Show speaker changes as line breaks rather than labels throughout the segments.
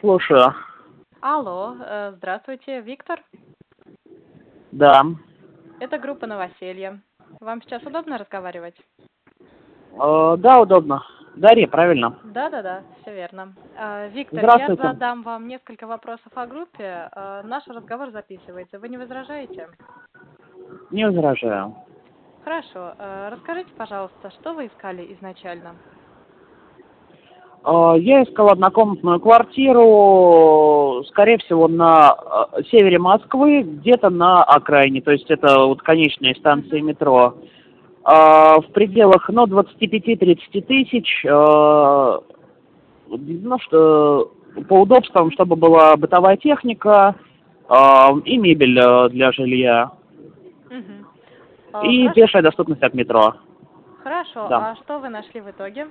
Слушаю.
Алло, э, здравствуйте, Виктор.
Да.
Это группа «Новоселье». Вам сейчас удобно разговаривать?
Э, да, удобно. Дарья, правильно?
Да-да-да, все верно. Э, Виктор, я
Здравствуйте.
задам вам несколько вопросов о группе. Э, Наш разговор записывается. Вы не возражаете?
Не возражаю.
Хорошо. Э, Расскажите, пожалуйста, что вы искали изначально?
Э, я искал однокомнатную квартиру, скорее всего, на э, севере Москвы, где-то на окраине, то есть это вот конечные станции метро. Э, в пределах, ну, 25-30 тысяч, э, ну, что, по удобствам, чтобы была бытовая техника э, и мебель э, для жилья.
Мгм. Э,
И
хорошо.
пешая доступность от метро.
Хорошо.
Да.
А что вы нашли в итоге?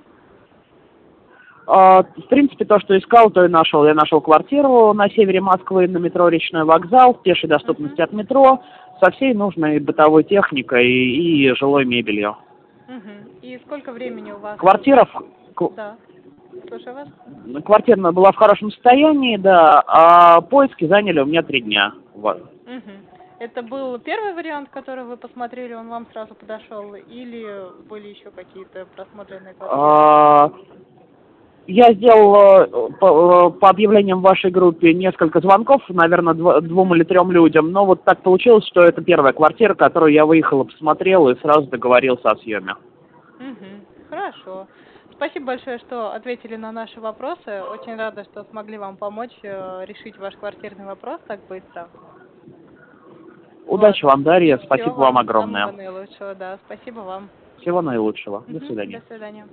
А, В принципе, то, что искал, то и нашел. Я нашел квартиру на севере Москвы, на метро Речной вокзал, в пешей доступности
Мгм.
от метро, со всей нужной бытовой техникой и, и жилой мебелью.
Мгм. И сколько времени у вас?
Квартира, в- к-
Да. Слушаю вас.
квартира была в хорошем состоянии, да, а поиски заняли у меня три дня. Вот.
Мгм. Это был первый вариант, который вы посмотрели, он вам сразу подошел, или были еще какие-то просмотренные квартиры?
А, Я сделал э, по, э, по объявлениям в вашей группе несколько звонков, наверное, дво- двум или трем людям, но вот так получилось, что это первая квартира, которую я выехал, посмотрел и сразу договорился о съеме.
Мгм. Хорошо. Спасибо большое, что ответили на наши вопросы. Очень рада, что смогли вам помочь э, решить ваш квартирный вопрос так быстро.
Удачи вам, Дарья, спасибо
Всего
вам
самого
огромное.
наилучшего, да. Спасибо вам.
Всего наилучшего. До
Мгм.
свидания.
До свидания.